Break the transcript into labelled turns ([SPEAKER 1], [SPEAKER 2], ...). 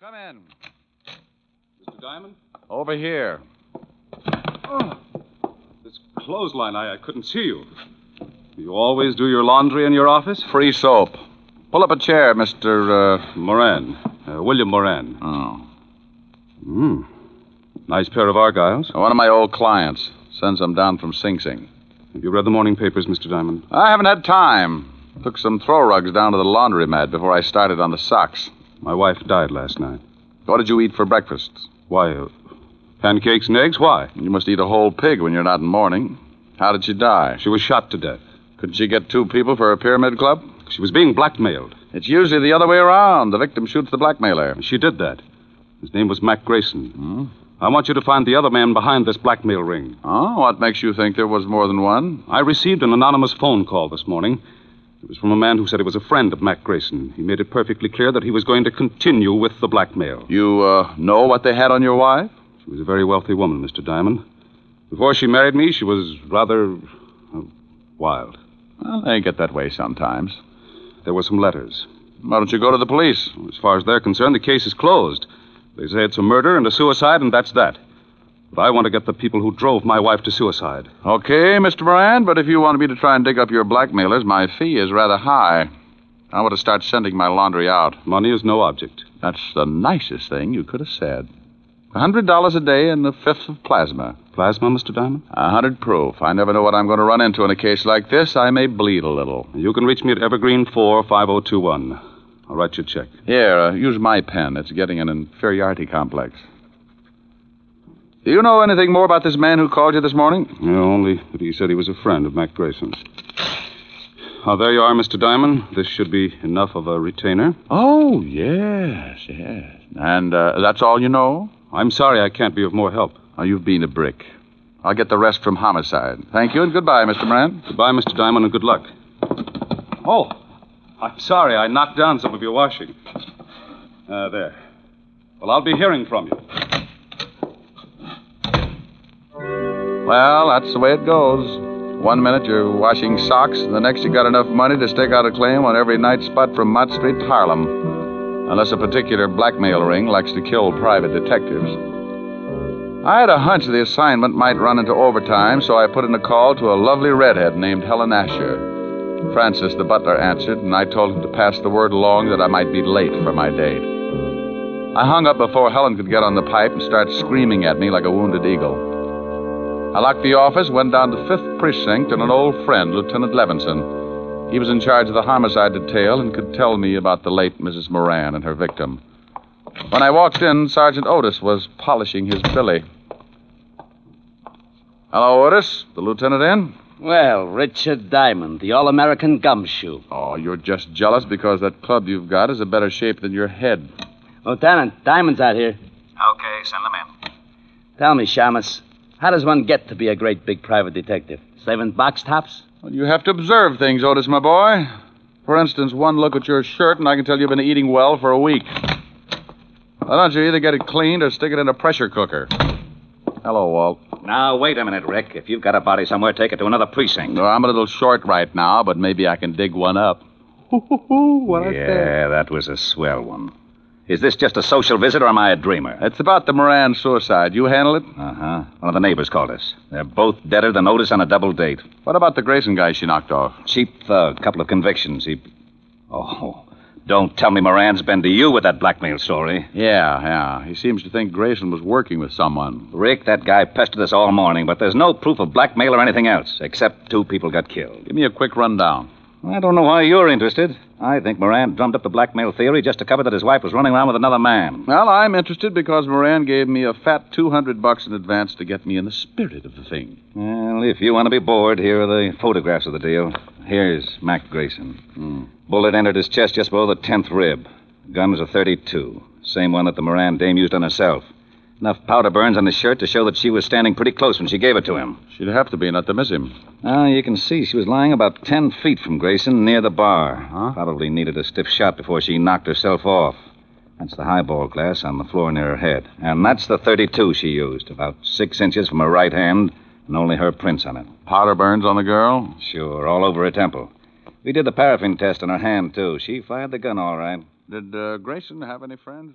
[SPEAKER 1] Come in.
[SPEAKER 2] Mr. Diamond?
[SPEAKER 1] Over here.
[SPEAKER 2] Oh, this clothesline, I, I couldn't see you. Do you always do your laundry in your office?
[SPEAKER 1] Free soap. Pull up a chair, Mr. Uh...
[SPEAKER 2] Moran. Uh, William Moran.
[SPEAKER 1] Oh.
[SPEAKER 2] Hmm. Nice pair of Argyles.
[SPEAKER 1] One of my old clients. Sends them down from Sing Sing.
[SPEAKER 2] Have you read the morning papers, Mr. Diamond?
[SPEAKER 1] I haven't had time. Took some throw rugs down to the laundromat before I started on the socks.
[SPEAKER 2] My wife died last night.
[SPEAKER 1] What did you eat for breakfast?
[SPEAKER 2] Why, uh, pancakes and eggs? Why?
[SPEAKER 1] You must eat a whole pig when you're not in mourning. How did she die?
[SPEAKER 2] She was shot to death.
[SPEAKER 1] Could she get two people for a pyramid club?
[SPEAKER 2] She was being blackmailed.
[SPEAKER 1] It's usually the other way around. The victim shoots the blackmailer.
[SPEAKER 2] She did that. His name was Mac Grayson. I want you to find the other man behind this blackmail ring.
[SPEAKER 1] Oh, what makes you think there was more than one?
[SPEAKER 2] I received an anonymous phone call this morning. It was from a man who said he was a friend of Mac Grayson. He made it perfectly clear that he was going to continue with the blackmail.
[SPEAKER 1] You uh, know what they had on your wife?
[SPEAKER 2] She was a very wealthy woman, Mr. Diamond. Before she married me, she was rather uh, wild.
[SPEAKER 1] Well, they get that way sometimes.
[SPEAKER 2] There were some letters.
[SPEAKER 1] Why don't you go to the police?
[SPEAKER 2] As far as they're concerned, the case is closed. They say it's a murder and a suicide, and that's that. But I want to get the people who drove my wife to suicide.
[SPEAKER 1] Okay, Mr. Moran, but if you want me to try and dig up your blackmailers, my fee is rather high. I want to start sending my laundry out.
[SPEAKER 2] Money is no object.
[SPEAKER 1] That's the nicest thing you could have said. A hundred dollars a day and a fifth of plasma.
[SPEAKER 2] Plasma, Mr. Diamond?
[SPEAKER 1] A hundred proof. I never know what I'm going to run into in a case like this. I may bleed a little.
[SPEAKER 2] You can reach me at Evergreen 4 5021. I'll write you a check.
[SPEAKER 1] Here, uh, use my pen. It's getting an inferiority complex. Do you know anything more about this man who called you this morning?
[SPEAKER 2] No, only that he said he was a friend of Mac Grayson's. Ah, there you are, Mr. Diamond. This should be enough of a retainer.
[SPEAKER 1] Oh, yes, yes. And uh, that's all you know?
[SPEAKER 2] I'm sorry I can't be of more help.
[SPEAKER 1] Oh, you've been a brick. I'll get the rest from homicide. Thank you and goodbye, Mr. Moran.
[SPEAKER 2] Goodbye, Mr. Diamond, and good luck. Oh, I'm sorry I knocked down some of your washing. Uh, there. Well, I'll be hearing from you.
[SPEAKER 1] Well, that's the way it goes. One minute you're washing socks, and the next you got enough money to stake out a claim on every night spot from Mott Street to Harlem. Unless a particular blackmail ring likes to kill private detectives. I had a hunch the assignment might run into overtime, so I put in a call to a lovely redhead named Helen Asher. Francis, the butler, answered, and I told him to pass the word along that I might be late for my date. I hung up before Helen could get on the pipe and start screaming at me like a wounded eagle. I locked the office, went down to 5th Precinct, and an old friend, Lieutenant Levinson. He was in charge of the homicide detail and could tell me about the late Mrs. Moran and her victim. When I walked in, Sergeant Otis was polishing his billy. Hello, Otis. The lieutenant in?
[SPEAKER 3] Well, Richard Diamond, the All American Gumshoe.
[SPEAKER 1] Oh, you're just jealous because that club you've got is a better shape than your head.
[SPEAKER 3] Lieutenant, Oh, Diamond's out here.
[SPEAKER 4] Okay, send them in.
[SPEAKER 3] Tell me, Shamus, how does one get to be a great big private detective? Saving box tops?
[SPEAKER 1] Well, you have to observe things, Otis, my boy. For instance, one look at your shirt, and I can tell you've been eating well for a week. Why don't you either get it cleaned or stick it in a pressure cooker? Hello, Walt.
[SPEAKER 4] Now, wait a minute, Rick. If you've got a body somewhere, take it to another precinct.
[SPEAKER 1] Well, I'm a little short right now, but maybe I can dig one up. what I said.
[SPEAKER 4] Yeah, that was a swell one. Is this just a social visit or am I a dreamer?
[SPEAKER 1] It's about the Moran suicide. You handle it?
[SPEAKER 4] Uh huh. One of the neighbors called us. They're both deader than Otis on a double date.
[SPEAKER 1] What about the Grayson guy she knocked off?
[SPEAKER 4] Cheap thug, couple of convictions. He. Oh, don't tell me Moran's been to you with that blackmail story.
[SPEAKER 1] Yeah, yeah. He seems to think Grayson was working with someone.
[SPEAKER 4] Rick, that guy pestered us all morning, but there's no proof of blackmail or anything else, except two people got killed.
[SPEAKER 1] Give me a quick rundown.
[SPEAKER 4] I don't know why you're interested. I think Moran drummed up the blackmail theory just to cover that his wife was running around with another man.
[SPEAKER 1] Well, I'm interested because Moran gave me a fat 200 bucks in advance to get me in the spirit of the thing.
[SPEAKER 4] Well, if you want to be bored, here are the photographs of the deal. Here's Mac Grayson. Hmm. Bullet entered his chest just below the tenth rib. Gun was a 32, same one that the Moran dame used on herself. Enough powder burns on his shirt to show that she was standing pretty close when she gave it to him.
[SPEAKER 1] She'd have to be not to miss him.
[SPEAKER 4] Now you can see she was lying about ten feet from Grayson near the bar. Probably needed a stiff shot before she knocked herself off. That's the highball glass on the floor near her head. And that's the 32 she used, about six inches from her right hand, and only her prints on it.
[SPEAKER 1] Powder burns on the girl?
[SPEAKER 4] Sure, all over her temple. We did the paraffin test on her hand, too. She fired the gun all right.
[SPEAKER 1] Did uh, Grayson have any friends?